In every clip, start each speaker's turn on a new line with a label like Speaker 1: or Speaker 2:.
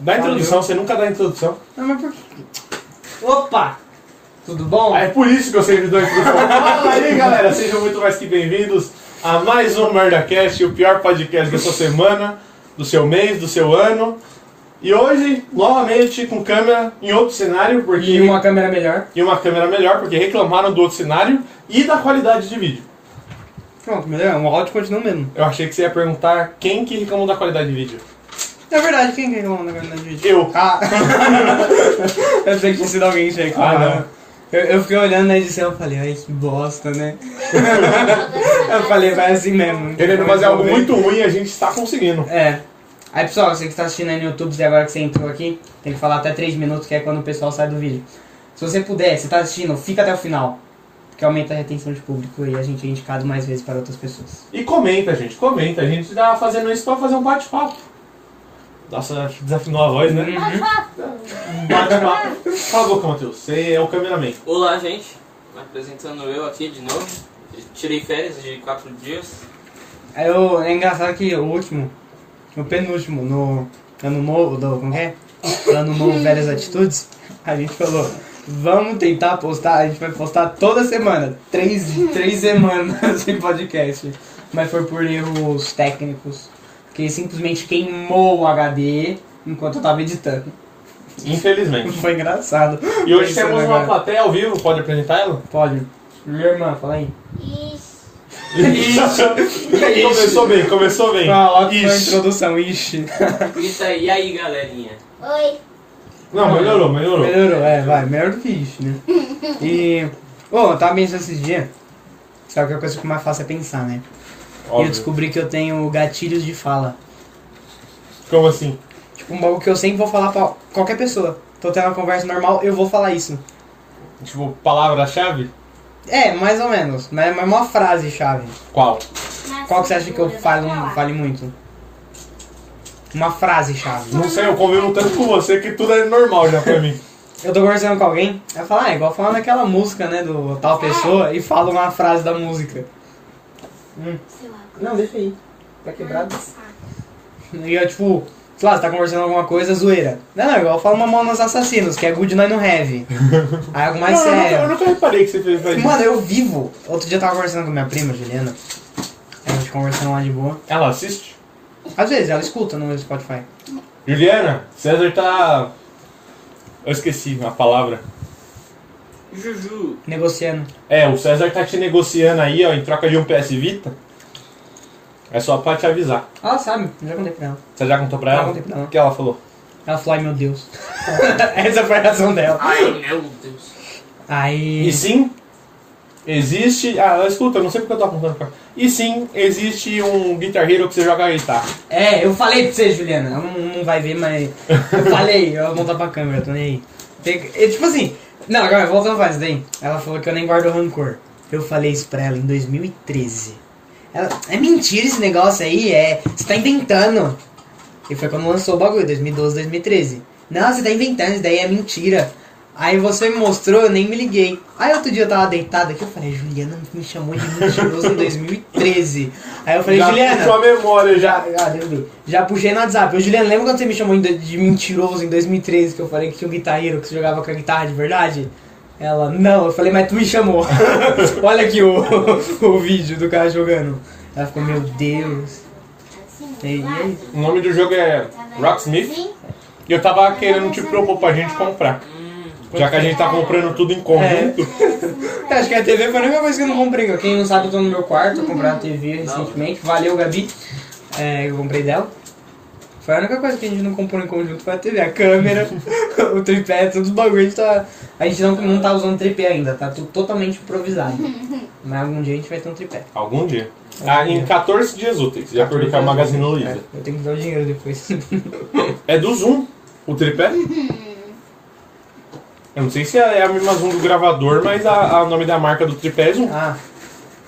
Speaker 1: Dá introdução, você nunca dá introdução.
Speaker 2: Não, mas por quê? Opa! Tudo bom?
Speaker 1: É por isso que eu sempre dou introdução. Fala aí, galera, sejam muito mais que bem-vindos a mais um MerdaCast, o pior podcast da sua semana, do seu mês, do seu ano. E hoje, novamente, com câmera em outro cenário, porque...
Speaker 2: E uma câmera melhor.
Speaker 1: e uma câmera melhor, porque reclamaram do outro cenário e da qualidade de vídeo.
Speaker 2: Pronto, melhor. O áudio continua o mesmo.
Speaker 1: Eu achei que você ia perguntar quem que reclamou da qualidade de vídeo.
Speaker 2: É verdade, quem reclamou na câmera de vídeo?
Speaker 1: Eu.
Speaker 2: Ah! eu sei que tinha sido alguém que tinha reclamado.
Speaker 1: Ah, não.
Speaker 2: Eu, eu fiquei olhando na edição e falei, ai que bosta, né? eu falei, vai assim mesmo.
Speaker 1: Querendo fazer algo muito ruim, e a gente está conseguindo.
Speaker 2: É. Aí pessoal, você que está assistindo aí no YouTube e agora que você entrou aqui, tem que falar até 3 minutos, que é quando o pessoal sai do vídeo. Se você puder, você está assistindo, fica até o final. Porque aumenta a retenção de público e a gente é indicado mais vezes para outras pessoas.
Speaker 1: E comenta, gente, comenta. A gente tá fazendo isso pra fazer um bate-papo. Nossa, desafinou a voz, né?
Speaker 2: Uhum.
Speaker 1: Um bate-papo. Fala, Boca, Matheus. Você é o cameraman.
Speaker 3: Olá, gente. Apresentando eu aqui de novo. Tirei férias de quatro dias.
Speaker 2: Aí eu, é engraçado que o último, o penúltimo, no ano novo, do, como é? Ano novo, velhas atitudes, a gente falou, vamos tentar postar, a gente vai postar toda semana, três, três semanas de podcast. Mas foi por erros técnicos, que simplesmente queimou o HD enquanto eu tava editando.
Speaker 1: Infelizmente.
Speaker 2: Foi engraçado.
Speaker 1: E hoje
Speaker 2: Pensando
Speaker 1: temos uma
Speaker 2: agora.
Speaker 1: plateia ao vivo. Pode apresentar ela?
Speaker 2: Pode. Minha irmã, fala aí.
Speaker 4: Isso.
Speaker 1: Ixi. começou bem, começou bem.
Speaker 2: Ah, logo foi a
Speaker 1: Ixi.
Speaker 2: introdução, ixi.
Speaker 3: Grita aí, e aí, galerinha.
Speaker 4: Oi.
Speaker 1: Não, melhorou, melhorou.
Speaker 2: Melhorou, é, vai, melhor do que isso, né? E. Ô, eu tava pensando esses dias. Sabe que a coisa que eu mais faço é pensar, né? E eu
Speaker 1: Óbvio.
Speaker 2: descobri que eu tenho gatilhos de fala.
Speaker 1: Como assim?
Speaker 2: Tipo, um bagulho que eu sempre vou falar pra qualquer pessoa. Tô tendo uma conversa normal, eu vou falar isso.
Speaker 1: Tipo, palavra-chave?
Speaker 2: É, mais ou menos. Mas mas é uma frase chave.
Speaker 1: Qual?
Speaker 2: Qual que você acha que eu falo, fale muito? Uma frase chave.
Speaker 1: Não sei, eu convivo tanto com você que tudo é normal já pra mim.
Speaker 2: Eu tô conversando com alguém, aí fala, ah, é igual falando aquela música, né, do tal pessoa, e fala uma frase da música. Não, deixa aí. Tá quebrado. E eu, tipo, sei lá, você tá conversando alguma coisa, zoeira. Não, não, igual fala Mamão nos Assassinos, que é Good Night no Heavy. Aí algo mais
Speaker 1: não, eu nunca- Eu
Speaker 2: sério.
Speaker 1: nunca reparei que você fez isso.
Speaker 2: Mano, eu vivo. Outro dia eu tava conversando com minha prima, Juliana. A gente conversando lá de boa.
Speaker 1: Ela assiste?
Speaker 2: Às vezes, ela escuta no Spotify.
Speaker 1: Juliana, César tá. Eu esqueci a palavra.
Speaker 3: Juju.
Speaker 2: Negociando.
Speaker 1: É, o César tá te negociando aí, ó, em troca de um PS Vita. É só pra te avisar.
Speaker 2: Ela sabe, eu já contei pra ela.
Speaker 1: Você já contou pra
Speaker 2: Já
Speaker 1: ela?
Speaker 2: contei pra ela.
Speaker 1: O que ela falou?
Speaker 2: Ela falou, ai meu Deus.
Speaker 1: É.
Speaker 2: Essa foi a reação dela.
Speaker 1: Ah.
Speaker 3: Ai, meu Deus.
Speaker 2: Aí.
Speaker 1: E sim, existe. Ah, ela escuta, eu não sei porque eu tô apontando pra. E sim, existe um Guitar Hero que você joga tá? guitarra.
Speaker 2: É, eu falei pra você, Juliana. Ela não, não vai ver, mas. Eu falei, eu vou voltar pra câmera, tô nem aí. Tem- é, tipo assim. Não, agora voltando pra isso daí. Ela falou que eu nem guardo rancor. Eu falei isso pra ela em 2013. Ela, é mentira esse negócio aí, é. Você tá inventando. E foi quando lançou o bagulho, 2012, 2013. Não, você tá inventando, isso daí é mentira. Aí você me mostrou, eu nem me liguei. Aí outro dia eu tava deitado aqui, eu falei, Juliana me chamou de mentiroso em 2013. Aí eu falei,
Speaker 1: já
Speaker 2: Juliana.
Speaker 1: puxou a memória já.
Speaker 2: Já, já, deu bem. Já puxei no WhatsApp. Ô, Juliano, lembra quando você me chamou em do- de mentiroso em 2013 que eu falei que tinha um guitarreiro que você jogava com a guitarra de verdade? Ela, não. Eu falei, mas tu me chamou. Olha aqui o, o vídeo do cara jogando. Ela ficou, meu Deus. E aí?
Speaker 1: O nome do jogo é Rocksmith. E eu tava querendo te propor pra gente comprar. Já que a gente tá comprando tudo
Speaker 2: É.
Speaker 1: em conjunto.
Speaker 2: Eu Tá, acho que é a TV foi a única coisa que eu não comprei. Quem não sabe, eu tô no meu quarto. Eu comprei uma TV recentemente. Valeu, Gabi. É, eu comprei dela. Foi a única coisa que a gente não comprou em conjunto foi a TV. A câmera, o tripé, todos os bagulhos. A gente, tá, a gente não, não tá usando tripé ainda, tá tudo totalmente improvisado. Mas algum dia a gente vai ter um tripé.
Speaker 1: Algum dia. Ah, em 14 dias úteis, de acordo com a Magazine Luiza.
Speaker 2: É, eu tenho que dar o dinheiro depois.
Speaker 1: É do Zoom, o tripé. Eu não sei se é a mesma Zoom do gravador, mas a- a- o nome da marca do tripé é Zoom.
Speaker 2: ah,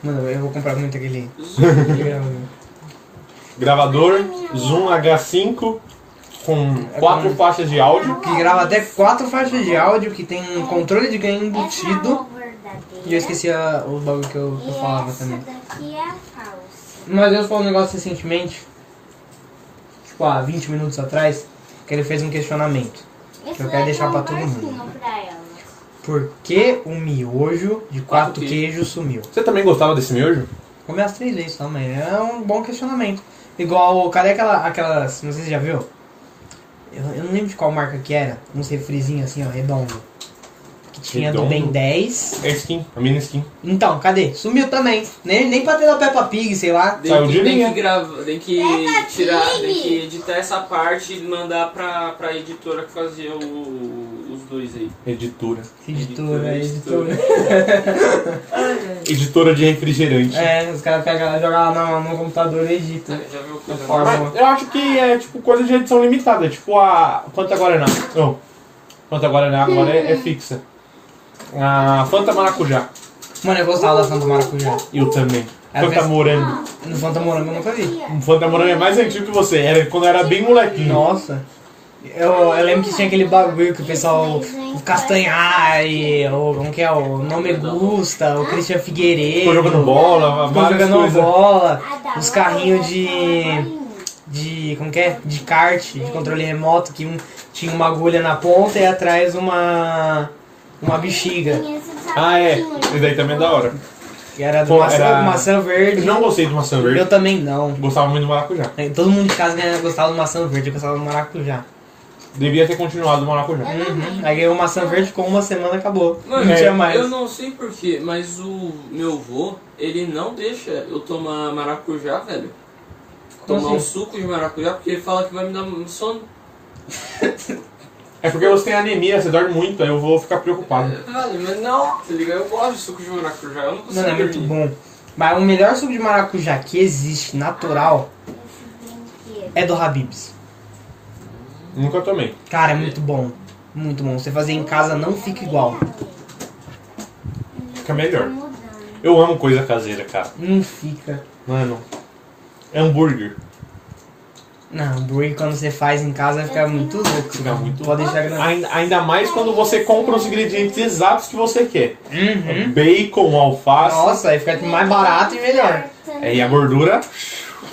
Speaker 2: mano, eu vou comprar muito aquele.
Speaker 3: Zoom.
Speaker 2: aquele gravador.
Speaker 1: gravador Zoom H5 É com quatro faixas de áudio.
Speaker 2: Que grava até quatro faixas de áudio, que tem um controle de ganho embutido. E eu esqueci a- o bagulho que eu,
Speaker 4: o
Speaker 2: que eu falava também.
Speaker 4: Essa daqui é a falsa.
Speaker 2: Mas eu falou um negócio recentemente, tipo há 20 minutos atrás, que ele fez um questionamento.
Speaker 4: Esse
Speaker 2: Eu
Speaker 4: não
Speaker 2: quero
Speaker 4: é
Speaker 2: deixar
Speaker 4: tão
Speaker 2: pra todo mundo.
Speaker 4: barzinho pra elas.
Speaker 2: Por que o miojo de quatro
Speaker 3: Quatro queijos.
Speaker 2: queijos sumiu?
Speaker 1: Você também gostava desse miojo?
Speaker 2: Comi as três vezes tá, mas é um bom questionamento. Igual, cadê aquela, aquelas, não sei se você já viu? Eu, eu não lembro de qual marca que era, uns refrizinhos assim, ó, redondo. Que tinha do
Speaker 1: Redondo?
Speaker 2: Ben 10.
Speaker 1: É skin, a mini skin.
Speaker 2: Então, cadê? Sumiu também. Nem, nem pra ter da Peppa Pig, sei lá.
Speaker 1: Saiu
Speaker 3: Tem
Speaker 1: de
Speaker 3: que, tem
Speaker 1: linha.
Speaker 3: que gravar, tem que
Speaker 4: Pega
Speaker 3: tirar,
Speaker 4: time.
Speaker 3: tem que editar essa parte e mandar pra, pra editora que fazia o- os dois aí.
Speaker 1: Editora.
Speaker 2: Editora,
Speaker 3: Editora,
Speaker 2: editora.
Speaker 1: Editora de refrigerante.
Speaker 2: É, os caras pegam, jogam lá no, no computador e editam.
Speaker 3: Já viu coisa
Speaker 2: Forma.
Speaker 3: nova?
Speaker 1: Mas eu acho que é tipo coisa de edição limitada, tipo a Fanta Guaraná. Não. Fanta Guaraná agora é, é fixa. A Fanta Maracujá.
Speaker 2: Mano, eu gostava da Fanta Maracujá.
Speaker 1: Eu também.
Speaker 2: Às
Speaker 1: Fanta
Speaker 2: vezes-
Speaker 1: Morango.
Speaker 2: No Fanta Morango eu nunca vi.
Speaker 1: Um Fanta Morango é mais antigo que você. Era quando eu era bem molequinho.
Speaker 2: Nossa. Eu, eu lembro que tinha aquele bagulho que o pessoal. O Castanhar e. O, como que é? O Nome Gusta, o Christian
Speaker 1: Ficou
Speaker 2: Figueiredo.
Speaker 1: jogando bola,
Speaker 2: ficou
Speaker 1: várias
Speaker 2: jogando
Speaker 1: coisas.
Speaker 2: bola.
Speaker 4: A da
Speaker 2: Os carrinhos
Speaker 4: outra
Speaker 2: de-
Speaker 4: é a bolinha.
Speaker 2: De. Como que é? De kart, de controle remoto, que um, tinha uma agulha na ponta e atrás uma. Uma bexiga.
Speaker 4: Tem esse
Speaker 1: Ah, é.
Speaker 4: sapatinho
Speaker 1: Esse daí também é da hora.
Speaker 2: Que era de
Speaker 1: Pô,
Speaker 2: maçã,
Speaker 1: era-
Speaker 2: maçã
Speaker 1: Eu
Speaker 2: verde.
Speaker 1: não gostei do maçã verde.
Speaker 2: Eu também não.
Speaker 1: Gostava muito do maracujá.
Speaker 2: Todo mundo de casa ganha- gostava do maçã verde, eu gostava do maracujá.
Speaker 1: Devia ter continuado o maracujá.
Speaker 2: Uhum. Aí ganhou maçã verde, ficou uma semana, acabou.
Speaker 3: Mano,
Speaker 2: não tinha
Speaker 1: é,
Speaker 2: mais.
Speaker 3: Eu não sei porquê, mas o meu vô, ele não deixa eu tomar maracujá, velho.
Speaker 2: Como assim?
Speaker 3: tomar um suco de maracujá, porque ele fala que vai me dar um sono.
Speaker 1: É porque você tem anemia, você dorme muito, aí eu vou ficar preocupado.
Speaker 3: Velho, mas não, tá ligado? Eu gosto de suco de maracujá, eu não consigo
Speaker 2: Mano, é muito
Speaker 3: dormir.
Speaker 2: bom. Mas o melhor suco de maracujá que existe, natural,
Speaker 4: Esse brinquedo.
Speaker 2: é do Habib's.
Speaker 1: Nunca tomei.
Speaker 2: Cara, é muito bom. Muito bom. Você fazer em casa não fica igual.
Speaker 1: Fica melhor.
Speaker 4: Mudando.
Speaker 1: Eu amo coisa caseira, cara.
Speaker 2: Não fica.
Speaker 1: Mano. Hambúrguer.
Speaker 2: Não, hambúrguer quando você faz em casa fica muito louco.
Speaker 1: Fica muito
Speaker 2: Pode deixar grande.
Speaker 1: Ainda, ainda mais quando você compra os ingredientes exatos que você quer.
Speaker 2: Uhum.
Speaker 1: Bacon, alface.
Speaker 2: Nossa, aí fica É mais barato e melhor.
Speaker 1: É, E a gordura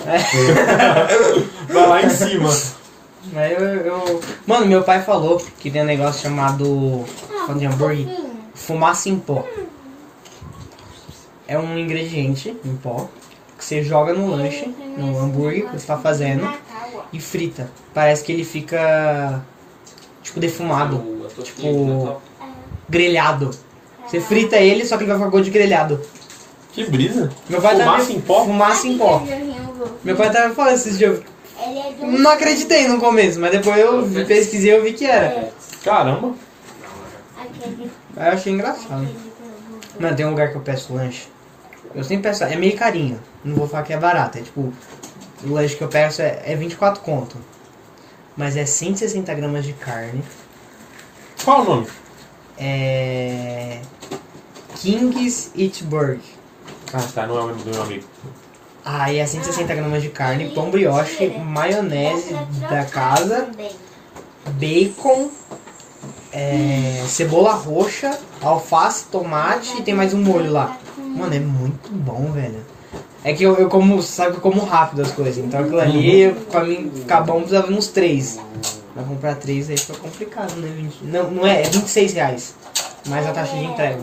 Speaker 2: É.
Speaker 1: vai lá em cima.
Speaker 2: Aí eu, eu- Mano, meu pai falou que tem um negócio chamado. Falando de hambúrguer. Fumaça em pó. É um ingrediente em pó que você joga no lanche, no hambúrguer que você tá fazendo e frita. Parece que ele fica tipo defumado,
Speaker 3: O- a tortinha
Speaker 2: Tipo,
Speaker 3: de Natal.
Speaker 2: grelhado. Você frita ele, só que ele vai ficar gosto de grelhado.
Speaker 1: Que brisa.
Speaker 2: Meu pai
Speaker 1: Fumaça
Speaker 2: tava...
Speaker 1: em pó?
Speaker 2: Fumaça em pó. Meu pai tava falando esses dias.
Speaker 4: Ele é de um-
Speaker 2: Não acreditei no começo, mas depois eu vi- pesquisei e eu vi que era.
Speaker 4: É,
Speaker 1: Caramba.
Speaker 4: aquele-
Speaker 2: Aí eu achei engraçado.
Speaker 4: aquele que eu vou-
Speaker 2: Mano, tem um lugar que eu peço lanche. Eu sempre peço, é meio carinho. Não vou falar que é barato. É tipo, o lanche que eu peço é, é 24 conto. Mas é 160 gramas de carne.
Speaker 1: Qual o nome?
Speaker 2: É. King's Eat Burger.
Speaker 1: Ah, tá. Não é o nome do meu amigo.
Speaker 2: Aí é 160 gramas de carne, pão brioche, maionese
Speaker 4: é
Speaker 2: da casa,
Speaker 4: Também.
Speaker 2: bacon, é, cebola roxa, alface, tomate e tem mais um molho lá. Mano, é muito bom, velho. É que eu, eu como, sabe que eu como rápido as coisas, então aquilo ali, eu- pra mim ficar bom, precisava de uns três. Pra comprar três aí fica complicado, né? 20 não, não é, é 26 reais, mais a taxa de entrega.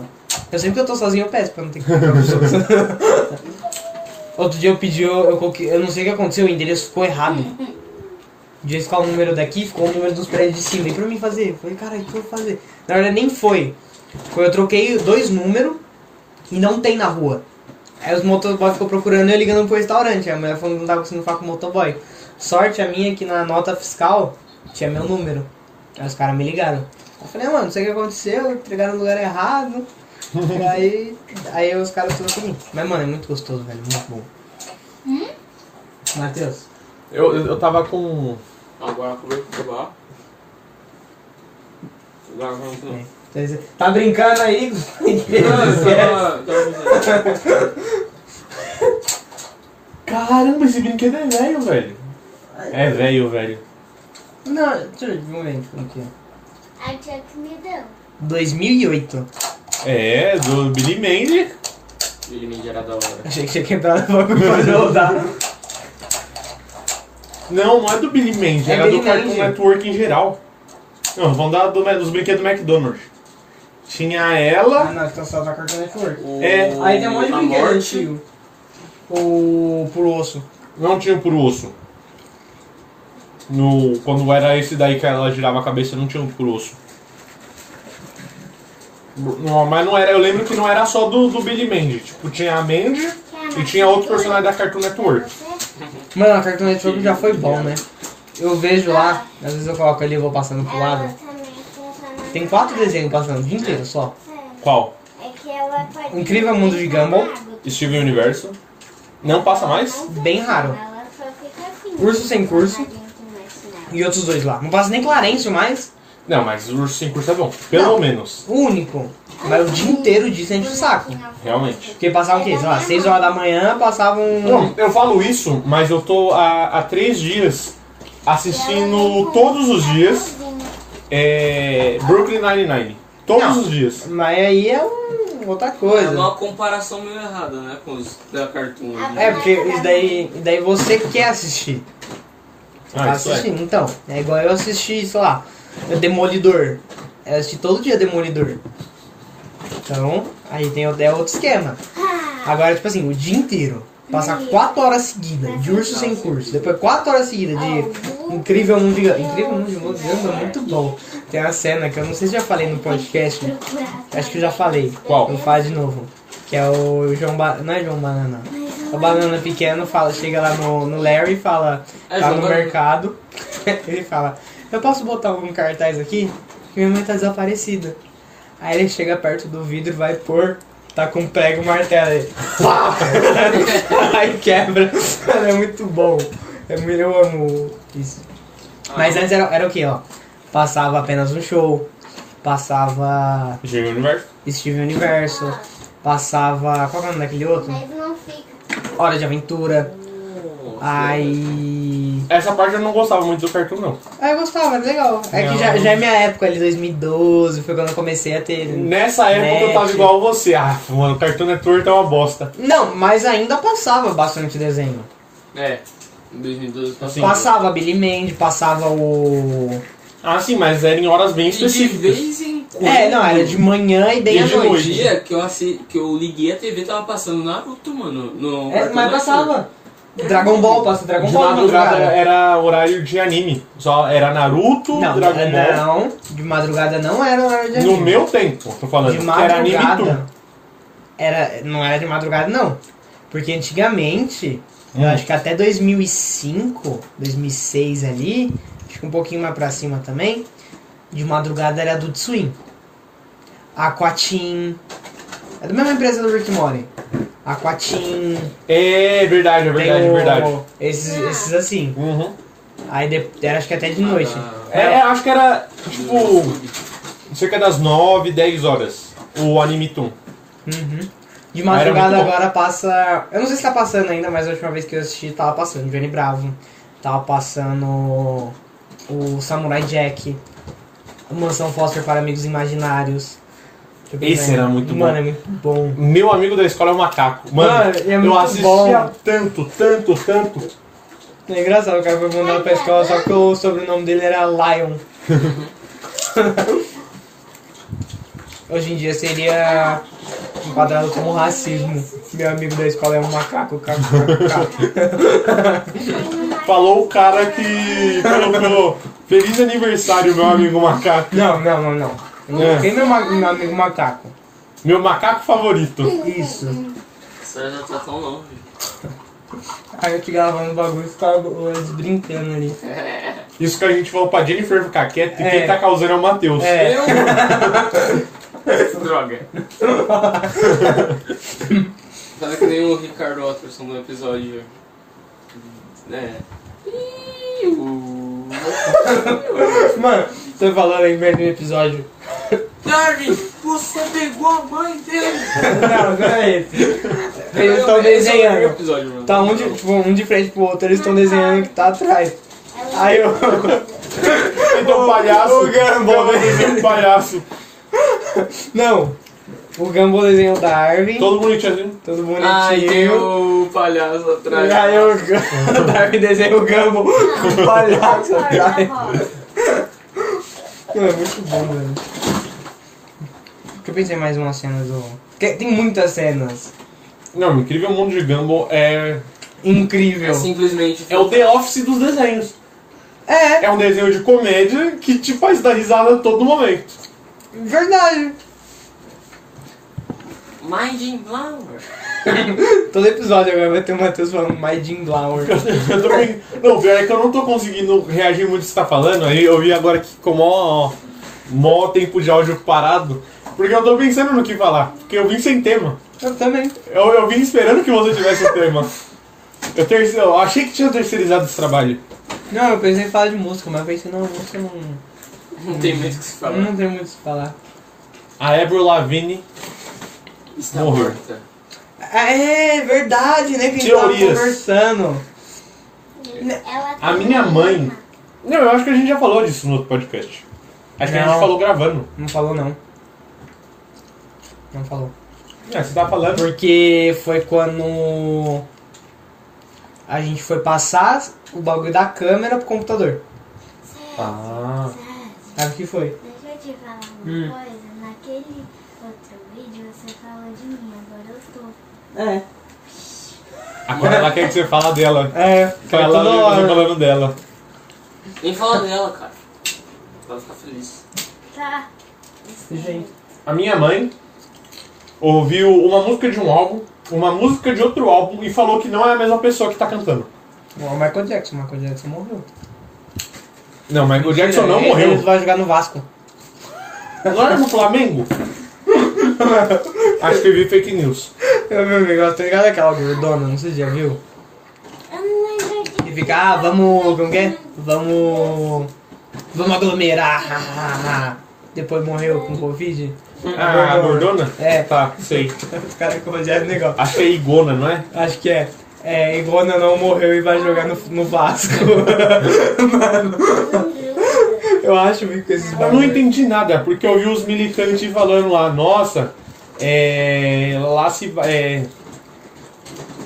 Speaker 2: Eu sempre que eu tô sozinho eu peço pra não ter que comprar pros outros. Outro dia eu pedi, eu, eu, coloquei- eu não sei o que aconteceu, o endereço ficou errado. Podia ficar o número daqui, ficou o número dos prédios de cima. E pra mim fazer? Eu falei, caralho, o que eu vou fazer? Na verdade nem foi. Foi eu troquei dois números e não tem na rua. Aí os motoboy ficou procurando eu ligando pro restaurante. Aí A mulher falou que não tava conseguindo falar com o motoboy. Sorte a minha é que na nota fiscal tinha meu número. Aí os caras me ligaram. Eu falei, ah, mano, não sei o que aconteceu, entregaram no lugar errado. E aí, aí os caras trouxeram pra mim. Mas, mano, é muito gostoso, velho, muito bom. Matheus,
Speaker 1: Eu, eu, eu tava com. um-
Speaker 3: Agora comer com fubá. Agora vamos comer.
Speaker 2: tá- tá brincando aí?
Speaker 3: Ah, tá, Não, eu tava- tava pensando.
Speaker 1: Caramba, esse brinquedo é velho, velho. É velho, velho.
Speaker 2: Não, deixa eu ver, vamos ver como que é.
Speaker 4: A tia que me deu.
Speaker 2: 2008.
Speaker 1: É, do Billy Mandy.
Speaker 3: Ele me era tá. da hora.
Speaker 2: Achei que tinha quebrado o bagulho pra rodar.
Speaker 1: Não, não é do Billy Mandy,
Speaker 2: É
Speaker 1: era
Speaker 2: Billy
Speaker 1: do Cartoon
Speaker 2: Mandy.
Speaker 1: Network em geral. Não, vamos dar do, dos brinquedos do McDonald's. Tinha
Speaker 2: Ah,
Speaker 1: ela.
Speaker 2: não, então só da Cartoon Network.
Speaker 3: O...
Speaker 1: É.
Speaker 2: Aí tem um monte de
Speaker 3: a
Speaker 2: brinquedo
Speaker 3: morte,
Speaker 2: antigo. O Puro Osso.
Speaker 1: Não tinha o puro osso. No, quando era esse daí que ela girava a cabeça, não tinha o puro osso. Não, mas não era, eu lembro que não era só do, do Billy Mandy. Tipo, tinha a Mandy e tinha outro personagem da Cartoon Network.
Speaker 4: Você?
Speaker 2: Mano, a Cartoon Network já foi bom, né? Eu vejo lá, às vezes eu coloco ali e vou passando pro
Speaker 4: Ela
Speaker 2: lado.
Speaker 4: também tem essa namorada.
Speaker 2: Tem quatro desenhos passando, o dia inteiro só.
Speaker 4: É
Speaker 1: Qual?
Speaker 4: que ela pode-
Speaker 2: O Incrível Mundo de Gumball.
Speaker 1: Steven Universo. Não passa mais?
Speaker 2: Bem raro.
Speaker 4: Ela só fica assim.
Speaker 2: Urso sem curso.
Speaker 4: Internacional.
Speaker 2: E outros dois lá. Não passa nem Clarencio mais.
Speaker 1: Não, mas o Urso Sem Curso é bom. Pelo
Speaker 2: Não.
Speaker 1: menos.
Speaker 2: O único. Mas o dia inteiro disso enche o saco.
Speaker 1: Realmente.
Speaker 2: Porque passava o quê? Sei lá, 6 horas da manhã passava um.
Speaker 1: Não, eu falo isso, mas eu tô há, há três dias
Speaker 4: é tipo
Speaker 1: assistindo todos os dias é, Brooklyn Nine-Nine. Todos
Speaker 2: Não.
Speaker 1: os dias.
Speaker 2: Mas aí é um, outra
Speaker 3: É
Speaker 2: coisa.
Speaker 3: uma comparação meio errada, né? Com os da Cartoon. né?
Speaker 4: Ah,
Speaker 2: É, porque isso daí, daí você quer assistir.
Speaker 1: Ah, isso é.
Speaker 2: assistindo. Então, é igual eu assisti, sei lá, Demolidor. Eu assisti todo dia Demolidor. Então, aí tem o- é outro esquema. Agora, tipo assim, o dia inteiro. Passar 4 horas seguidas de Urso Sem Curso. Depois 4 horas seguidas de Incrível Mundo de Gumball. Incrível Mundo de Gumball é muito bom. Tem uma cena que eu não sei se já falei no podcast. Acho que eu já falei.
Speaker 1: Qual?
Speaker 2: Vou falar de novo. Que é o João ba... Não é João Banana. O Banana Pequeno fala, chega lá no, no Larry e fala...
Speaker 3: É,
Speaker 2: tá
Speaker 3: João
Speaker 2: no
Speaker 3: Banana.
Speaker 2: mercado. ele fala... Eu posso botar um cartaz aqui? Que minha mãe tá desaparecida. Aí ele chega perto do vidro e vai pôr... Tá com prego e martelo aí. Pá! Aí quebra. Mano, é muito bom. É, muito- eu amo isso. Mas
Speaker 3: Ah.
Speaker 2: antes era, era o que, ó? Passava apenas um show. Passava...
Speaker 1: Steven Universo.
Speaker 2: Steven Universo, passava. Qual que é o nome daquele outro?
Speaker 4: Mas não fica.
Speaker 2: Hora de Aventura. Aí.
Speaker 1: Essa parte eu não gostava muito do cartoon, não.
Speaker 2: Ah, eu gostava, era legal. É que já, já é minha época ali, 2012, foi quando eu comecei a ter.
Speaker 1: Nessa época eu tava
Speaker 2: Net.
Speaker 1: igual você. Ah, mano, Cartoon Network é uma bosta.
Speaker 2: Não, mas ainda passava bastante desenho.
Speaker 3: É. Em 2012
Speaker 2: Assim,
Speaker 3: passou.
Speaker 2: Passava Billy Mandy, passava o.
Speaker 1: Ah, sim, mas era em horas bem
Speaker 3: E de
Speaker 1: específicas.
Speaker 3: vez em quando.
Speaker 2: É, não, era de manhã e bem
Speaker 1: E
Speaker 2: à
Speaker 1: de
Speaker 3: Teve um
Speaker 1: noite.
Speaker 2: noite.
Speaker 3: dia que eu, assi... que eu liguei a TV tava passando Naruto, mano. No
Speaker 2: É,
Speaker 3: Cartoon
Speaker 2: mas
Speaker 3: Network.
Speaker 2: passava. Dragon Ball, passa Dragon
Speaker 1: De
Speaker 2: Ball de
Speaker 1: madrugada é.
Speaker 2: madrugada.
Speaker 1: era horário de anime. Só era Naruto,
Speaker 2: Não,
Speaker 1: Dragon Ball.
Speaker 2: não, de madrugada não era hora de
Speaker 1: No
Speaker 2: anime.
Speaker 1: meu tempo, tô falando.
Speaker 2: De
Speaker 1: que era anime
Speaker 2: madrugada. Era, não era de madrugada, não. Porque antigamente,
Speaker 1: Hum.
Speaker 2: eu acho que até 2005, 2006 ali, acho que um pouquinho mais pra cima também, de madrugada era do Swim. Aquatim. É da mesma empresa do Rick and Morty. Aquatim.
Speaker 1: É verdade, é
Speaker 2: tem
Speaker 1: verdade, é
Speaker 2: o-
Speaker 1: verdade.
Speaker 2: Esses, esses assim.
Speaker 1: Uhum.
Speaker 2: Aí de- era acho que até de noite.
Speaker 3: Ah,
Speaker 1: É, é, acho que era tipo
Speaker 3: do-
Speaker 1: cerca das 9, 10 horas o anime Toon.
Speaker 2: Uhum. De
Speaker 1: Mas era
Speaker 2: madrugada
Speaker 1: muito bom.
Speaker 2: agora passa. Eu não sei se tá passando ainda, mas a última vez que eu assisti tava passando Johnny Bravo, tava passando o Samurai Jack, a Mansão Foster para Amigos Imaginários. Deixa eu
Speaker 1: Esse
Speaker 2: pensar aí.
Speaker 1: era muito bom.
Speaker 2: Mano, é muito bom.
Speaker 1: Meu amigo da escola é um macaco. Mano,
Speaker 2: Mano, é muito
Speaker 1: eu assistia
Speaker 2: bom.
Speaker 1: tanto, tanto, tanto.
Speaker 2: É engraçado, o cara foi mandado pra escola, só que o sobrenome dele era Lion. Hoje em dia seria enquadrado como racismo. Meu amigo da escola é um macaco, caco, caco, caco.
Speaker 1: Falou o cara que colocou feliz aniversário, meu amigo macaco.
Speaker 2: Não, não, não, não. Eu não
Speaker 1: É.
Speaker 2: coloquei meu, ma- meu amigo macaco.
Speaker 1: Meu macaco favorito.
Speaker 2: Isso.
Speaker 3: Essa já tá tão longe.
Speaker 2: Aí eu te gravando o bagulho e ficava eles brincando ali.
Speaker 1: Isso que a gente falou pra Jennifer ficar quieta e
Speaker 2: É.
Speaker 1: quem tá causando é o Matheus.
Speaker 2: É.
Speaker 3: Eu? Droga. Tava que nem o Ricardo Otterson no episódio. É. Ih, o-
Speaker 2: Mano, você falando aí no meio do episódio.
Speaker 3: Darwin! Você pegou a mãe dele!
Speaker 2: Não, não é esse. Eles
Speaker 3: Esse é
Speaker 2: estão
Speaker 3: o primeiro
Speaker 2: tá desenhando.
Speaker 3: episódio, mano.
Speaker 2: Tá um, de, tipo, um de frente pro outro, eles estão desenhando que tá atrás. Aí eu.
Speaker 1: Então, o palhaço.
Speaker 2: o Gambo.
Speaker 1: Gambo desenha um palhaço.
Speaker 2: Não! O Gumball desenhou da Arvin, todo,
Speaker 1: Todo bonitinho assim.
Speaker 2: bonitinho.
Speaker 3: Ah, e tem o palhaço atrás.
Speaker 2: E aí o Gu- da Arvin desenhou o Gumball com o palhaço atrás. Mano, é muito bom, velho. Deixa eu pensar em mais uma cena do. Porque Tem muitas cenas.
Speaker 1: Não, o incrível mundo de Gumball é.
Speaker 2: Incrível.
Speaker 3: É simplesmente.
Speaker 1: É o The Office dos desenhos.
Speaker 2: É,
Speaker 1: É um desenho de comédia que te faz dar risada a todo momento.
Speaker 2: verdade.
Speaker 3: Mind in Flower.
Speaker 2: Todo episódio agora vai ter o Matheus falando My Jim Blower.
Speaker 1: Eu tô bem- Não, o pior é que eu não tô conseguindo reagir muito ao que você tá falando. Aí eu vi agora que com mó, mó tempo de áudio parado. Porque eu tô pensando no que falar. Porque eu vim sem tema.
Speaker 2: Eu também.
Speaker 1: Eu, eu vim esperando que você tivesse o tema. Eu, terce- eu achei que tinha terceirizado esse trabalho.
Speaker 2: Não, eu pensei em falar de música, mas eu pensei, não, música não.
Speaker 3: Não tem muito o que se falar.
Speaker 2: Não tem muito o que falar.
Speaker 1: A Avril Lavigne.
Speaker 3: Está
Speaker 1: Morreu.
Speaker 3: morta.
Speaker 2: Ah, É verdade, né? Que a gente tava
Speaker 1: Teorias.
Speaker 2: conversando.
Speaker 1: A minha mãe- Não, eu acho que a gente já falou disso no outro podcast. Acho que a gente
Speaker 2: Não.
Speaker 1: falou gravando.
Speaker 2: Não falou, não. Não falou.
Speaker 1: É, você tá falando.
Speaker 2: Porque foi quando a gente foi passar o bagulho da câmera pro computador.
Speaker 1: Ah.
Speaker 2: Sabe É, o que foi?
Speaker 4: Deixa eu te falar uma
Speaker 2: Hum.
Speaker 4: coisa. Naquele outro vídeo você falou de mim, agora eu tô.
Speaker 2: É.
Speaker 1: Agora ela quer que você fale dela.
Speaker 2: É, foi
Speaker 1: Ela
Speaker 2: toda
Speaker 1: viu você
Speaker 2: hora.
Speaker 1: falando dela.
Speaker 3: Nem fala dela, cara. Ela ficar feliz.
Speaker 4: Tá.
Speaker 2: Gente.
Speaker 1: A minha mãe ouviu uma música de um álbum, uma música de outro álbum e falou que não é a mesma pessoa que tá cantando.
Speaker 2: O Michael Jackson, o Michael Jackson morreu.
Speaker 1: Não, Michael Jackson é, não
Speaker 2: Ele- Ele
Speaker 1: morreu.
Speaker 2: vai jogar no Vasco.
Speaker 1: Agora no Flamengo? Acho que eu vi fake news.
Speaker 2: Eu, meu amigo, tá ligado aquela gordona, não sei se já viu.
Speaker 4: Eu não lembro de
Speaker 2: E fica, ah, vamos, como que é? Vamos, vamos aglomerar. Depois morreu com Covid.
Speaker 1: Ah, a gordona?
Speaker 2: É.
Speaker 1: Tá, sei.
Speaker 2: Os caras com o negócio.
Speaker 1: Acho que é Igona, não é?
Speaker 2: Acho que é. É, Igona não morreu e vai jogar no, no Vasco.
Speaker 4: grupo.
Speaker 2: Eu acho meio que esses
Speaker 1: Eu não entendi nada, porque eu vi os militantes falando lá, nossa, é, lá se vai. É,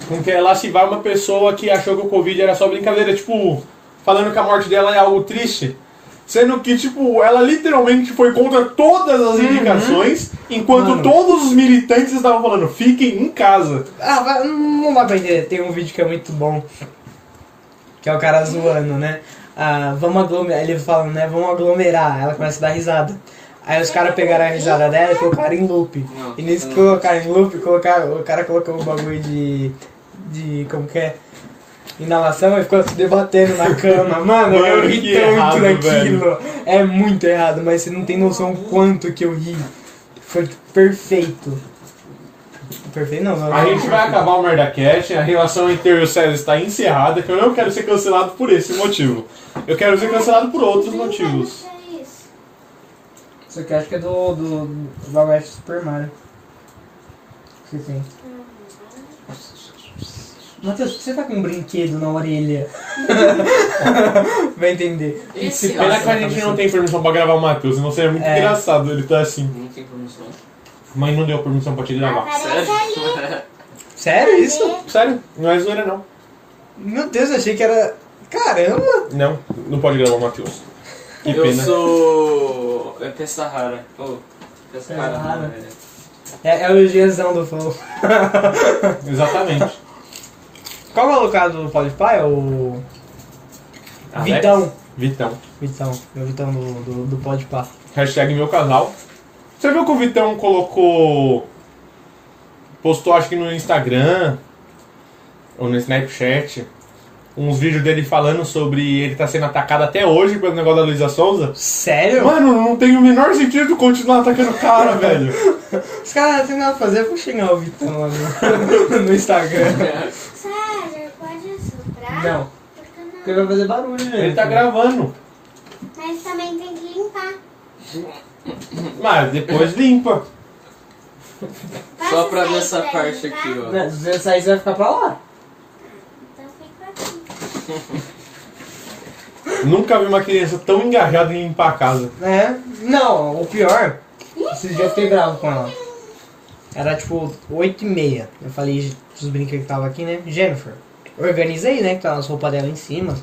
Speaker 1: como que é? Lá se vai uma pessoa que achou que o Covid era só brincadeira, tipo, falando que a morte dela é algo triste. Sendo que, tipo, ela literalmente foi contra todas as indicações, enquanto
Speaker 2: Uhum. Mano.
Speaker 1: todos os militantes estavam falando, fiquem em casa.
Speaker 2: Ah, vai- não dá pra entender. Tem um vídeo que é muito bom. Que é o cara zoando, né? Ah, vamos aglomerar. Ele fala, né? Vamos aglomerar. Ela começa a dar risada. Aí os caras pegaram a risada dela e colocaram em loop.
Speaker 3: Não,
Speaker 2: E nisso que
Speaker 3: não.
Speaker 2: colocaram em loop, colocaram, o cara colocou um bagulho de. de. como que é? Inalação e ficou se debatendo na cama. Mano, eu
Speaker 1: Mano,
Speaker 2: ri
Speaker 1: que
Speaker 2: tanto
Speaker 1: errado,
Speaker 2: daquilo. É muito errado, mas você não tem noção o quanto que eu ri. Foi tipo, perfeito. Perfeito não, não.
Speaker 1: A gente vai acabar o Merdacast, a relação entre eu e o César está encerrada, que eu não quero ser cancelado por esse motivo. Eu quero ser cancelado por outros motivos.
Speaker 4: Eu não sei isso.
Speaker 2: Isso aqui acho que é do. do. do Valve Super Mario. Que tem. Matheus, por que você tá com um brinquedo na orelha? vai entender.
Speaker 3: Esse
Speaker 2: Se
Speaker 1: Pena
Speaker 2: passa
Speaker 1: que a
Speaker 2: na
Speaker 1: gente
Speaker 2: cabeça.
Speaker 1: não tem permissão pra gravar o Matheus, senão seria muito
Speaker 2: É.
Speaker 1: engraçado ele tá assim.
Speaker 3: Não tem permissão.
Speaker 1: Mãe não deu permissão pra te gravar.
Speaker 4: Aparece ali.
Speaker 3: Sério?
Speaker 2: Sério isso?
Speaker 1: Sério? Não é zoeira não.
Speaker 2: Meu Deus, eu achei que era. Caramba!
Speaker 1: Não, não pode gravar o Matheus. Que
Speaker 3: Eu
Speaker 1: pena.
Speaker 3: sou. É peça rara. Ô,
Speaker 2: Peça
Speaker 3: peça rara.
Speaker 2: rara.
Speaker 3: né?
Speaker 2: É, é o Giazão do Flow.
Speaker 1: Exatamente.
Speaker 2: Qual é o caso do Podpah? É o.
Speaker 1: Alex,
Speaker 2: Vitão.
Speaker 1: Vitão.
Speaker 2: Vitão. É o Vitão do, do, do Podpah.
Speaker 1: Hashtag meu casal. Você viu que o Vitão colocou. Postou acho que no Instagram ou no Snapchat uns vídeos dele falando sobre ele tá sendo atacado até hoje pelo negócio da Luísa Sonza.
Speaker 2: Sério?
Speaker 1: Mano, não tem o menor sentido continuar atacando o cara, velho.
Speaker 2: Os caras não tem nada a fazer, eu vou xingar o Vitão lá no, no Instagram.
Speaker 4: Sério, É, pode soprar?
Speaker 2: Não,
Speaker 4: Porque
Speaker 1: tá
Speaker 2: né? porque
Speaker 4: eu não-
Speaker 2: vai fazer barulho, gente.
Speaker 1: Ele tá gravando.
Speaker 4: Mas também tem que limpar.
Speaker 1: Mas depois limpa.
Speaker 3: Só pra ver
Speaker 4: Passa
Speaker 3: essa
Speaker 4: isso aí
Speaker 3: parte
Speaker 4: pra
Speaker 3: aqui,
Speaker 4: limpar.
Speaker 3: ó.
Speaker 2: Né, Se você sair, você vai ficar pra lá.
Speaker 4: Então fica aqui.
Speaker 1: Nunca vi uma criança tão engajada em limpar a casa.
Speaker 2: É, não, o pior, esses dias eu fiquei bravo com ela. Era tipo 8 e meia. Eu falei dos brinquedos que tava aqui, né? Jennifer, organizei, né? Que tava as roupas dela em cima.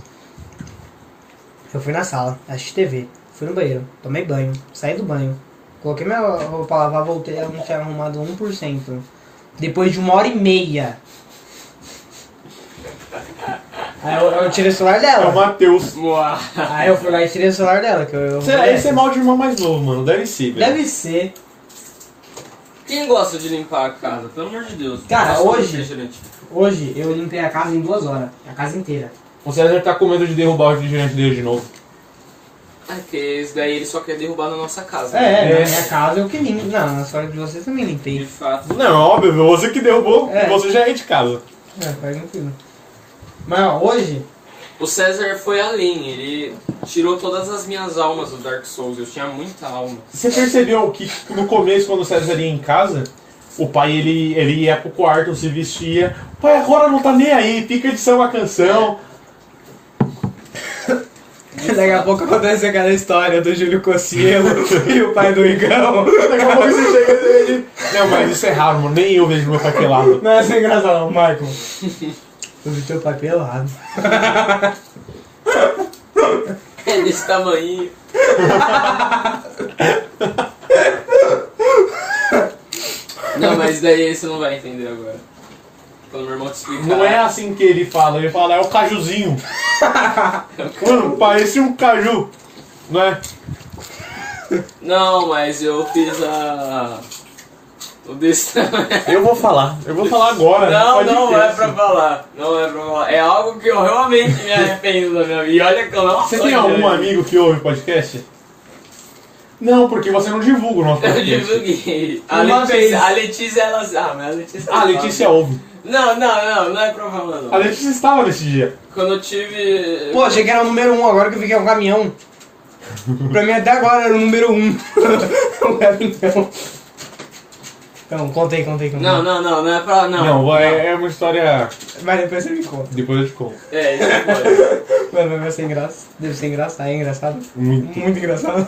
Speaker 2: Eu fui na sala, assisti TV, fui no banheiro, tomei banho, saí do banho, coloquei minha roupa pra lavar, voltei, ela não tinha arrumado 1%. Depois de uma hora e meia. Aí eu, eu tirei o celular
Speaker 1: É o
Speaker 2: dela.
Speaker 1: Matheus.
Speaker 3: Uá.
Speaker 2: Aí eu fui lá e tirei o celular dela. Que eu, eu
Speaker 1: Será? Esse é mal de irmão mais novo, mano. Deve ser, velho.
Speaker 2: Deve ser.
Speaker 3: Quem gosta de limpar a casa? Pelo amor de Deus.
Speaker 2: Cara,
Speaker 3: Nossa,
Speaker 2: hoje-
Speaker 3: refrigerante.
Speaker 2: Hoje eu limpei a casa em duas horas. A casa inteira.
Speaker 1: O César deve tá com medo de derrubar o refrigerante dele de novo.
Speaker 3: Ah, porque esse daí ele só quer derrubar na nossa casa.
Speaker 2: É,
Speaker 1: É.
Speaker 2: na minha casa eu que limpo. Não, na história de vocês também
Speaker 3: De
Speaker 2: limpei.
Speaker 3: fato.
Speaker 1: Não, óbvio, você que derrubou,
Speaker 2: É.
Speaker 1: você já é de casa.
Speaker 2: É, faz tranquilo. Mas ó, hoje.
Speaker 3: O César foi além, ele tirou todas as minhas almas do Dark Souls, eu tinha muita alma.
Speaker 1: Você percebeu que no começo, quando o César ia em casa, o pai ele, ele ia pro quarto, se vestia. Pai, agora não tá nem aí, fica de ser uma canção.
Speaker 2: Daqui a pouco acontece aquela história do Júlio Cossielo e o pai do Igão.
Speaker 1: Daqui a pouco você chega ele. Não, mas isso é raro, mano. Nem eu vejo meu paquelado.
Speaker 2: Não é sem graça não, Michael. Eu vi teu pai pelado.
Speaker 3: É desse tamanho. Não, mas daí você não vai entender agora. Quando meu irmão te explicar.
Speaker 1: Não é assim que ele fala, ele fala, é o cajuzinho. Mano, parece um caju. Não é?
Speaker 3: Não, mas eu fiz a. O desse tamanho.
Speaker 1: Eu vou falar, eu vou falar agora.
Speaker 3: Não,
Speaker 1: pode
Speaker 3: não
Speaker 1: ter,
Speaker 3: é
Speaker 1: assim.
Speaker 3: pra falar. Não é pra falar. É algo que eu realmente me arrependo da minha vida. E olha que eu não
Speaker 1: Você
Speaker 3: sou
Speaker 1: tem
Speaker 3: grande.
Speaker 1: algum amigo que ouve podcast? Não, porque você não divulga o nosso
Speaker 3: Eu
Speaker 1: podcast.
Speaker 3: divulguei. A
Speaker 2: Uma vez.
Speaker 3: Letícia, a Letícia, ela. Ah, mas a Letícia. é
Speaker 1: Ah, a Letícia ouve.
Speaker 3: Não, não, não, não é pra falar não.
Speaker 1: A Letícia estava nesse dia.
Speaker 3: Quando eu tive.
Speaker 2: Pô, achei que era o número um, agora que eu vi que é um caminhão. pra mim até agora era o número um. o caminhão. Então, contei, contei, contei.
Speaker 3: Não, não, não, não é pra. Não,
Speaker 1: Não, é, é uma história.
Speaker 2: Mas depois você me conta.
Speaker 1: Depois eu te conto.
Speaker 3: É, isso foi.
Speaker 2: Mas vai vai ser engraçado. Deve ser engraçado. É engraçado.
Speaker 1: Muito.
Speaker 2: Muito engraçado.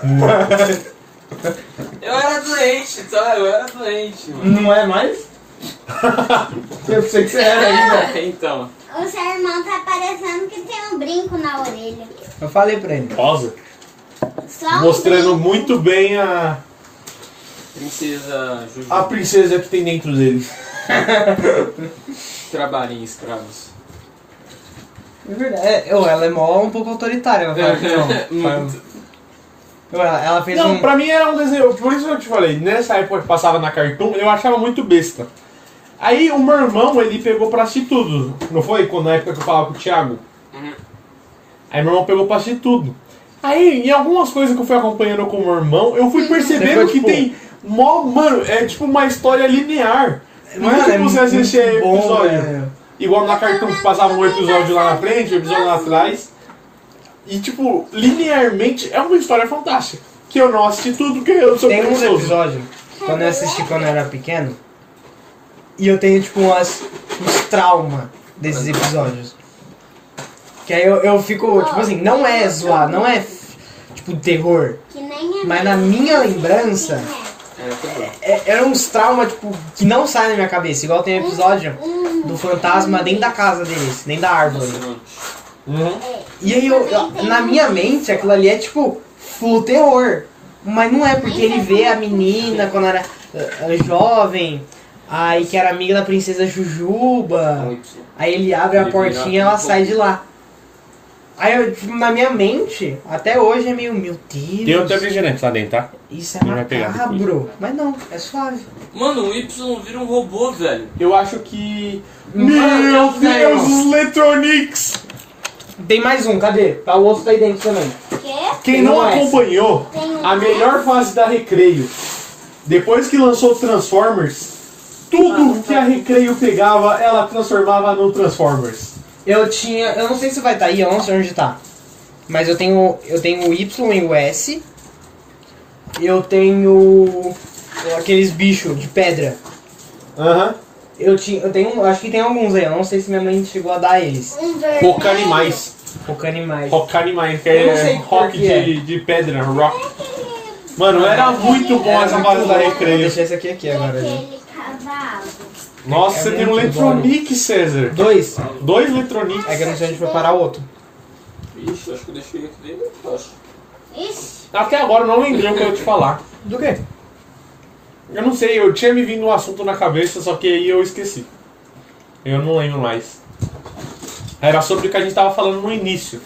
Speaker 3: Eu era doente, tá? Eu era doente, mano.
Speaker 2: Não é mais? Eu pensei que você era ainda.
Speaker 3: É, então.
Speaker 4: O seu irmão tá parecendo que tem um brinco na orelha.
Speaker 2: Eu falei pra ele.
Speaker 1: Rosa.
Speaker 4: Só um
Speaker 1: Mostrando
Speaker 4: brinco.
Speaker 1: muito bem a,
Speaker 3: Princesa Juju.
Speaker 1: a princesa que tem dentro dele.
Speaker 3: Trabalho em escravos.
Speaker 2: É verdade. É, eu, ela é mó um pouco autoritária. Eu falei, não.
Speaker 3: Muito.
Speaker 2: Eu, ela, ela fez
Speaker 1: Não,
Speaker 2: um...
Speaker 1: pra mim era um desenho. Por isso que eu te falei, nessa época que passava na Cartoon, eu achava muito besta. Aí o meu irmão, ele pegou pra assistir tudo. Não foi? Quando na época que eu falava com o Thiago?
Speaker 3: Uhum.
Speaker 1: Aí meu irmão pegou pra assistir tudo. Aí, em algumas coisas que eu fui acompanhando com o meu irmão, eu fui percebendo
Speaker 2: Você foi,
Speaker 1: que
Speaker 2: tipo,
Speaker 1: tem mó. Mano, é tipo uma história linear. Não é
Speaker 2: Mano,
Speaker 1: tipo você assistir
Speaker 2: muito bom,
Speaker 1: episódio.
Speaker 2: velho.
Speaker 1: Igual na Cartoon que passava um episódio lá na frente, um episódio lá atrás. E, tipo, linearmente é uma história fantástica. Que eu não assisti tudo porque eu sou
Speaker 2: Tem uns
Speaker 1: preguiçoso.
Speaker 2: episódios, quando eu assisti quando eu era pequeno, e eu tenho tipo umas, uns traumas desses episódios. Que aí eu, eu fico, tipo assim, não é zoar, não é tipo terror.
Speaker 4: Que nem é assim, a
Speaker 2: Mas
Speaker 4: minha.
Speaker 2: na minha lembrança-
Speaker 3: É, tá bom.
Speaker 2: É, eram uns traumas, tipo, que não saem da minha cabeça. Igual tem episódio
Speaker 4: Um,
Speaker 2: do fantasma nem da casa deles, nem da árvore.
Speaker 3: Nossa,
Speaker 1: Uhum.
Speaker 4: é.
Speaker 2: E aí eu, eu- na minha mente aquilo ali é tipo full terror. Mas não é porque ele vê a menina quando era eh, jovem, aí que era amiga da princesa Jujuba.
Speaker 3: muito.
Speaker 2: Aí ele abre a portinha e ela sai de lá. Aí eu, tipo, na minha mente, até hoje é meio, meu Deus,
Speaker 1: refrigerante lá dentro, tá?
Speaker 2: isso é
Speaker 1: Ele vai pegar depois.
Speaker 2: macabro. Mas não, é suave.
Speaker 3: Mano, o Y vira um robô, velho.
Speaker 1: Eu acho que.
Speaker 2: Mano,
Speaker 1: Meu
Speaker 2: velho.
Speaker 1: Deus, os Letronics!
Speaker 2: Tem mais um, cadê? Tá o outro tá aí dentro também.
Speaker 4: Quê?
Speaker 1: Quem
Speaker 2: Tem
Speaker 1: não é.
Speaker 2: um S.
Speaker 1: acompanhou
Speaker 4: é. Tem um
Speaker 1: a melhor fase da Recreio, depois que lançou Transformers, tudo que a Recreio pegava, ela transformava no Transformers.
Speaker 2: Eu tinha. Eu não sei tá. se vai estar aí, eu não sei onde tá. Mas eu tenho. Eu tenho o Y e o S. Eu tenho aqueles bichos de pedra.
Speaker 1: Aham.
Speaker 2: Eu, tinha, eu tenho, acho que tem alguns aí, eu não sei se minha mãe chegou a dar eles.
Speaker 4: Um vermelho.
Speaker 1: Rock animais.
Speaker 2: Pouco animais.
Speaker 1: Rock animais, que
Speaker 2: Eu não
Speaker 1: é
Speaker 2: sei qual
Speaker 1: rock
Speaker 2: que é.
Speaker 1: de, de pedra, rock.
Speaker 4: Aquele,
Speaker 1: Mano, era muito bom
Speaker 2: Era
Speaker 1: essa
Speaker 2: É, muito
Speaker 1: fase da
Speaker 2: bom. Vou
Speaker 1: recreio.
Speaker 2: deixar esse aqui aqui
Speaker 4: e
Speaker 2: agora. gente.
Speaker 4: aquele cavalo.
Speaker 1: Nossa,
Speaker 2: É
Speaker 1: você tem um
Speaker 2: muito bom.
Speaker 1: Letronic, César.
Speaker 2: Dois.
Speaker 1: Dois Letronics.
Speaker 2: É que eu não sei onde foi parar o outro.
Speaker 3: Ixi, acho que eu deixei aqui dentro, eu acho.
Speaker 4: Ixi,
Speaker 1: Até agora eu não lembrei o que eu ia te falar.
Speaker 2: Do quê?
Speaker 1: Eu não sei, eu tinha me vindo um assunto na cabeça, só que aí eu esqueci. Eu não lembro mais. Era sobre o que a gente tava falando no início.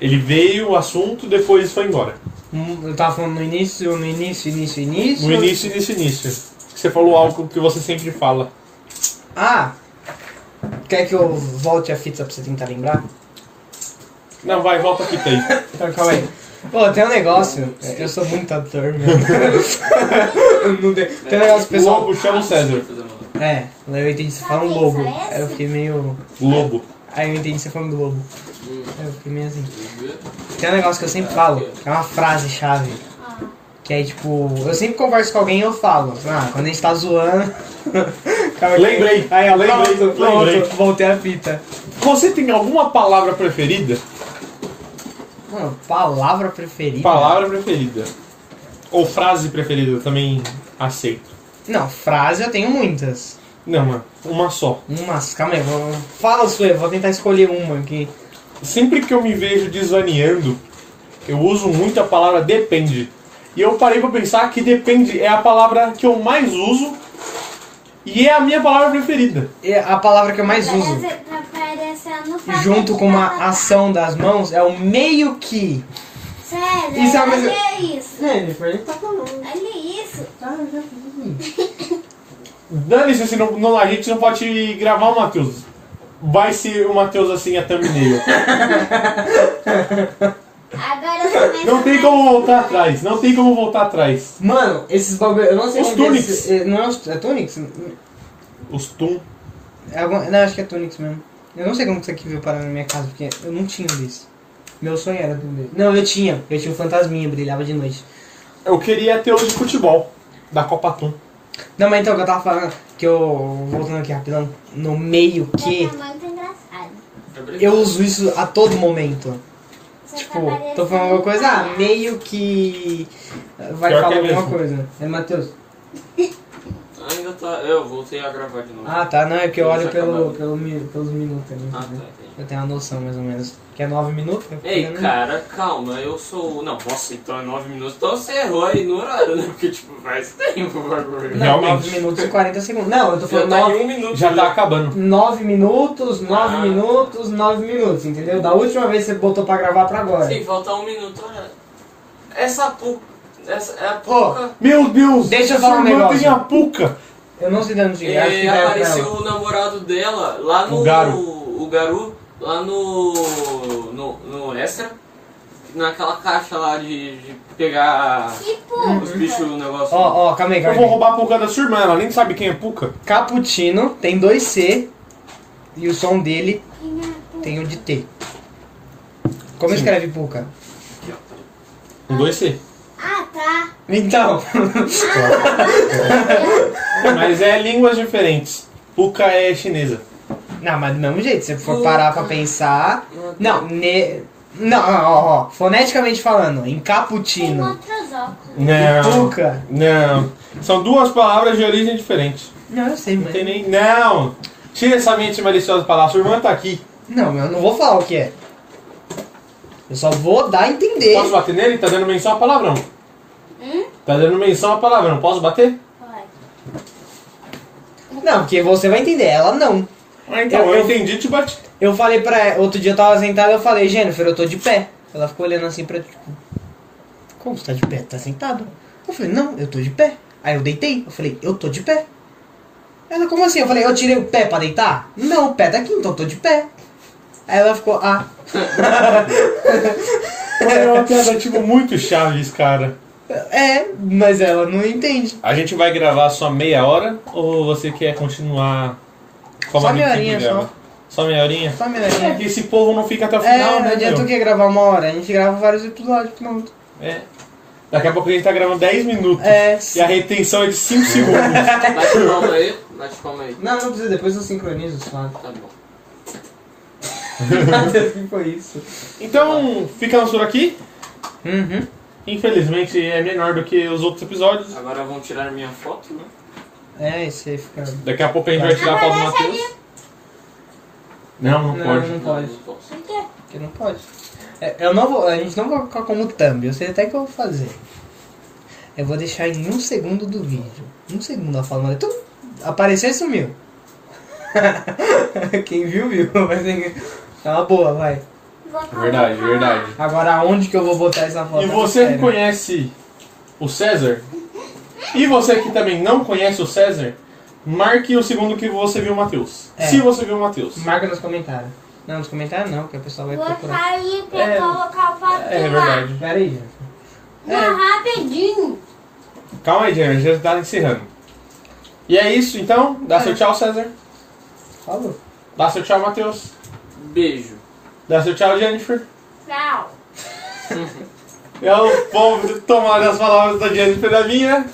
Speaker 1: Ele veio, o assunto, depois foi embora.
Speaker 2: Hum, Eu tava falando no início, no início, início, início.
Speaker 1: No início, início, início. Você falou algo que você sempre fala.
Speaker 2: Ah! Quer que eu volte a fita pra você tentar lembrar?
Speaker 1: Não, vai, volta aqui, tem.
Speaker 2: Então, calma aí. Pô, tem um negócio. Eu sou muito ator, meu. Não tem, tem um negócio, pessoal.
Speaker 1: Lobo, chama o César.
Speaker 2: É, daí eu entendi você falando lobo. Aí eu fiquei meio.
Speaker 1: Lobo.
Speaker 2: Aí eu entendi você falando do lobo. Aí eu fiquei meio assim.
Speaker 3: Hum,
Speaker 2: Tem um negócio que eu sempre falo, que é uma frase chave. Que é tipo, eu sempre converso com alguém e eu falo. Ah, quando a gente tá zoando. Calma aí.
Speaker 1: Lembrei,
Speaker 2: Aí, ó,
Speaker 1: lembrei,
Speaker 2: pronto, pronto,
Speaker 1: lembrei.
Speaker 2: voltei a fita.
Speaker 1: Você tem alguma palavra preferida?
Speaker 2: Mano, palavra preferida?
Speaker 1: Palavra preferida. Ou frase preferida, eu também aceito.
Speaker 2: Não, frase eu tenho muitas.
Speaker 1: Não, mano, uma só.
Speaker 2: Umas, calma aí, vou, fala sua, eu vou tentar escolher uma aqui.
Speaker 1: Sempre que eu me vejo desvaneando, eu uso muito a palavra depende. E eu parei pra pensar que depende é a palavra que eu mais uso e é a minha palavra preferida.
Speaker 2: É a palavra que eu mais uso,
Speaker 4: Parece- tá parece analfabeto.
Speaker 2: junto com uma ação das mãos, é o meio que.
Speaker 4: Sério,
Speaker 2: Isso é uma coisa-
Speaker 4: olha isso.
Speaker 2: Jennifer, tá falando.
Speaker 4: Olha isso.
Speaker 1: Dane-se, se não, não- a gente não pode gravar o Matheus. Vai ser o Matheus assim a thumbnail.
Speaker 4: Agora começa
Speaker 1: Não tem como voltar atrás, não tem como voltar atrás.
Speaker 2: Mano, esses bagulho, eu não sei
Speaker 1: Os
Speaker 2: onde é
Speaker 1: Tunics.
Speaker 2: esse- é, Não é os é Tunics?
Speaker 1: Os Tum.
Speaker 2: É algum- não, acho que é Tunics mesmo. Eu não sei como que isso aqui veio parar na minha casa, porque eu não tinha um desse. Meu sonho era ter um desse. Não, eu tinha. Eu tinha um fantasminha, brilhava de noite.
Speaker 1: Eu queria ter os de futebol, da Copa Tum.
Speaker 2: Não, mas então, o que eu tava falando, que eu, voltando aqui rapidão, no meio que,
Speaker 4: Você tá muito engraçado.
Speaker 2: eu uso isso a todo momento.
Speaker 4: Você
Speaker 2: Tipo,
Speaker 4: tá parecendo
Speaker 2: tô falando alguma coisa, ah,
Speaker 4: palhaço.
Speaker 2: meio que
Speaker 1: Pior
Speaker 2: vai
Speaker 1: que
Speaker 2: falar
Speaker 1: é
Speaker 2: alguma
Speaker 1: mesmo.
Speaker 2: coisa. É, Matheus?
Speaker 3: Ainda tá. Eu voltei a gravar de novo.
Speaker 2: Ah, tá, não, é que eu
Speaker 3: Já
Speaker 2: olho pelo,
Speaker 3: acabou.
Speaker 2: pelo, mi- pelos minutos. né?
Speaker 3: Ah, tá, entendi.
Speaker 2: Eu tenho uma noção, mais ou menos. Que é nove minutos? eu
Speaker 3: Ei,
Speaker 2: falei, né?
Speaker 3: cara, calma, eu sou. Não, nossa, então é 9 minutos. Então você errou aí no horário, né? Porque, tipo, faz tempo o bagulho.
Speaker 2: Não,
Speaker 1: Realmente.
Speaker 2: 9 minutos e 40 segundos. Não, eu tô
Speaker 3: Já
Speaker 2: falando
Speaker 3: tá
Speaker 2: nove
Speaker 3: em um minuto.
Speaker 1: Já tá acabando.
Speaker 2: 9 minutos, 9
Speaker 3: Ah.
Speaker 2: minutos, 9 minutos, entendeu? Da última vez que você botou pra gravar pra agora.
Speaker 3: Sim, falta um minuto, olha. Essa puca. Essa é a
Speaker 2: Ó,
Speaker 3: puca.
Speaker 1: Meu Deus!
Speaker 2: Deixa eu falar um
Speaker 1: sua irmã
Speaker 2: negócio.
Speaker 1: tem a puca!
Speaker 2: Eu não sei de onde
Speaker 3: e
Speaker 2: é, acho que deram pra
Speaker 3: apareceu
Speaker 2: ela.
Speaker 3: o namorado dela lá no.
Speaker 1: O Garu.
Speaker 3: o Garu, lá no. no, no Extra. Naquela caixa lá de, de pegar
Speaker 4: Que
Speaker 1: Hum.
Speaker 3: os
Speaker 4: porra.
Speaker 3: bichos, o negócio.
Speaker 2: Ó, ó, calma aí,
Speaker 1: Eu
Speaker 2: calma
Speaker 1: vou
Speaker 2: aí.
Speaker 1: roubar a puca da sua irmã, ela nem sabe quem é puca.
Speaker 2: Cappuccino tem 2C e o som dele tem o de T. Como
Speaker 1: Sim.
Speaker 2: escreve Puka?
Speaker 1: Um 2C.
Speaker 4: Ah, tá.
Speaker 2: Então,
Speaker 1: Mas é línguas diferentes. Puca é chinesa.
Speaker 2: não, mas do mesmo jeito, se você for parar pra pensar.
Speaker 3: Puka.
Speaker 2: Não, ne... não, ó, ó, foneticamente falando, em
Speaker 4: Tem
Speaker 2: cappuccino
Speaker 4: outros óculos.
Speaker 2: e
Speaker 1: Não.
Speaker 2: Puka.
Speaker 1: Não. São duas palavras de origem diferente.
Speaker 2: Não, eu sei,
Speaker 1: Não tem
Speaker 2: mas.
Speaker 1: nem. Não! Tira essa mente maliciosa pra lá, sua irmã tá aqui.
Speaker 2: Não, eu não vou falar o que é. Eu só vou dar a entender.
Speaker 1: Posso bater nele? Tá dando menção a palavrão.
Speaker 4: Hum?
Speaker 1: Tá dando menção a palavrão. Posso bater?
Speaker 4: Pode.
Speaker 2: Não, porque você vai entender, ela não.
Speaker 1: Ah, então,
Speaker 2: Eu-
Speaker 1: eu,
Speaker 2: eu-
Speaker 1: entendi te bati.
Speaker 2: Eu falei pra ela, outro dia eu tava sentado, eu falei, Jennifer, eu tô de pé. Ela ficou olhando assim pra tipo, como você tá de pé? Tá sentado? Eu falei, não, eu tô de pé. Aí eu deitei, eu falei, eu tô de pé. Ela, como assim? Eu falei, eu tirei o pé pra deitar? Não, o pé tá aqui, então eu tô de pé. Aí ela ficou, ah,
Speaker 1: É uma piada, tipo, muito chaves, cara.
Speaker 2: é, mas ela não entende.
Speaker 1: A gente vai gravar só meia hora ou você quer continuar como
Speaker 2: Só
Speaker 1: a gente
Speaker 2: meia
Speaker 1: sempre
Speaker 2: horinha,
Speaker 1: grava? Só meia horinha?
Speaker 2: Só me olhando.
Speaker 1: É que esse povo não fica até o
Speaker 2: né, É,
Speaker 1: final,
Speaker 2: não
Speaker 1: né?
Speaker 2: adianta o
Speaker 1: meu?
Speaker 2: que gravar uma hora, a gente grava vários episódios, pronto.
Speaker 1: É. Daqui a pouco a gente tá gravando 10 minutos.
Speaker 2: É.
Speaker 1: E a retenção é de 5 segundos.
Speaker 3: Bate palma aí, bate palma aí.
Speaker 2: Não, não precisa, depois eu sincronizo os fatos.
Speaker 3: Tá bom.
Speaker 2: foi isso.
Speaker 1: Então, ficamos por aqui.
Speaker 2: Uhum.
Speaker 1: Infelizmente é menor do que os outros episódios.
Speaker 3: Agora vão tirar minha foto, né?
Speaker 2: É, isso aí fica.
Speaker 1: Daqui a pouco a gente vai tirar a foto do Matheus. Não, não,
Speaker 2: Não,
Speaker 1: pode.
Speaker 2: não pode.
Speaker 3: Não posso.
Speaker 4: Por quê?
Speaker 2: Porque não pode. É, Eu não vou, a gente não vai colocar como thumb, eu sei até o que eu vou fazer. Eu vou deixar em um segundo do vídeo. Um segundo a fala, tu apareceu e sumiu. Quem viu, viu. Mas ninguém- é uma boa, vai.
Speaker 4: Vou colocar.
Speaker 1: Verdade, verdade.
Speaker 2: Agora onde que eu vou botar essa foto?
Speaker 1: E você que
Speaker 2: Sério.
Speaker 1: conhece o César, e você que também não conhece o César, marque o segundo que você viu o Matheus.
Speaker 2: É.
Speaker 1: Se você viu o Matheus.
Speaker 2: Marca nos comentários. Não, nos comentários não, porque o pessoal vai
Speaker 4: Vou
Speaker 2: procurar.
Speaker 4: sair pra
Speaker 2: É.
Speaker 4: colocar o papo
Speaker 1: É
Speaker 4: lá.
Speaker 1: verdade. É.
Speaker 2: Pera aí, gente.
Speaker 4: Não, rapidinho.
Speaker 1: Calma aí, Jenner, já tá encerrando. E é isso, então. Dá seu tchau, César.
Speaker 2: Falou.
Speaker 1: Dá seu tchau, Matheus.
Speaker 3: Beijo.
Speaker 1: Dá seu tchau, Jennifer.
Speaker 4: Tchau.
Speaker 1: Eu vou tomar as palavras da Jennifer da minha.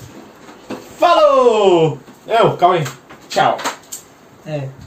Speaker 1: Falou! Eu, calma aí. Tchau.
Speaker 2: É.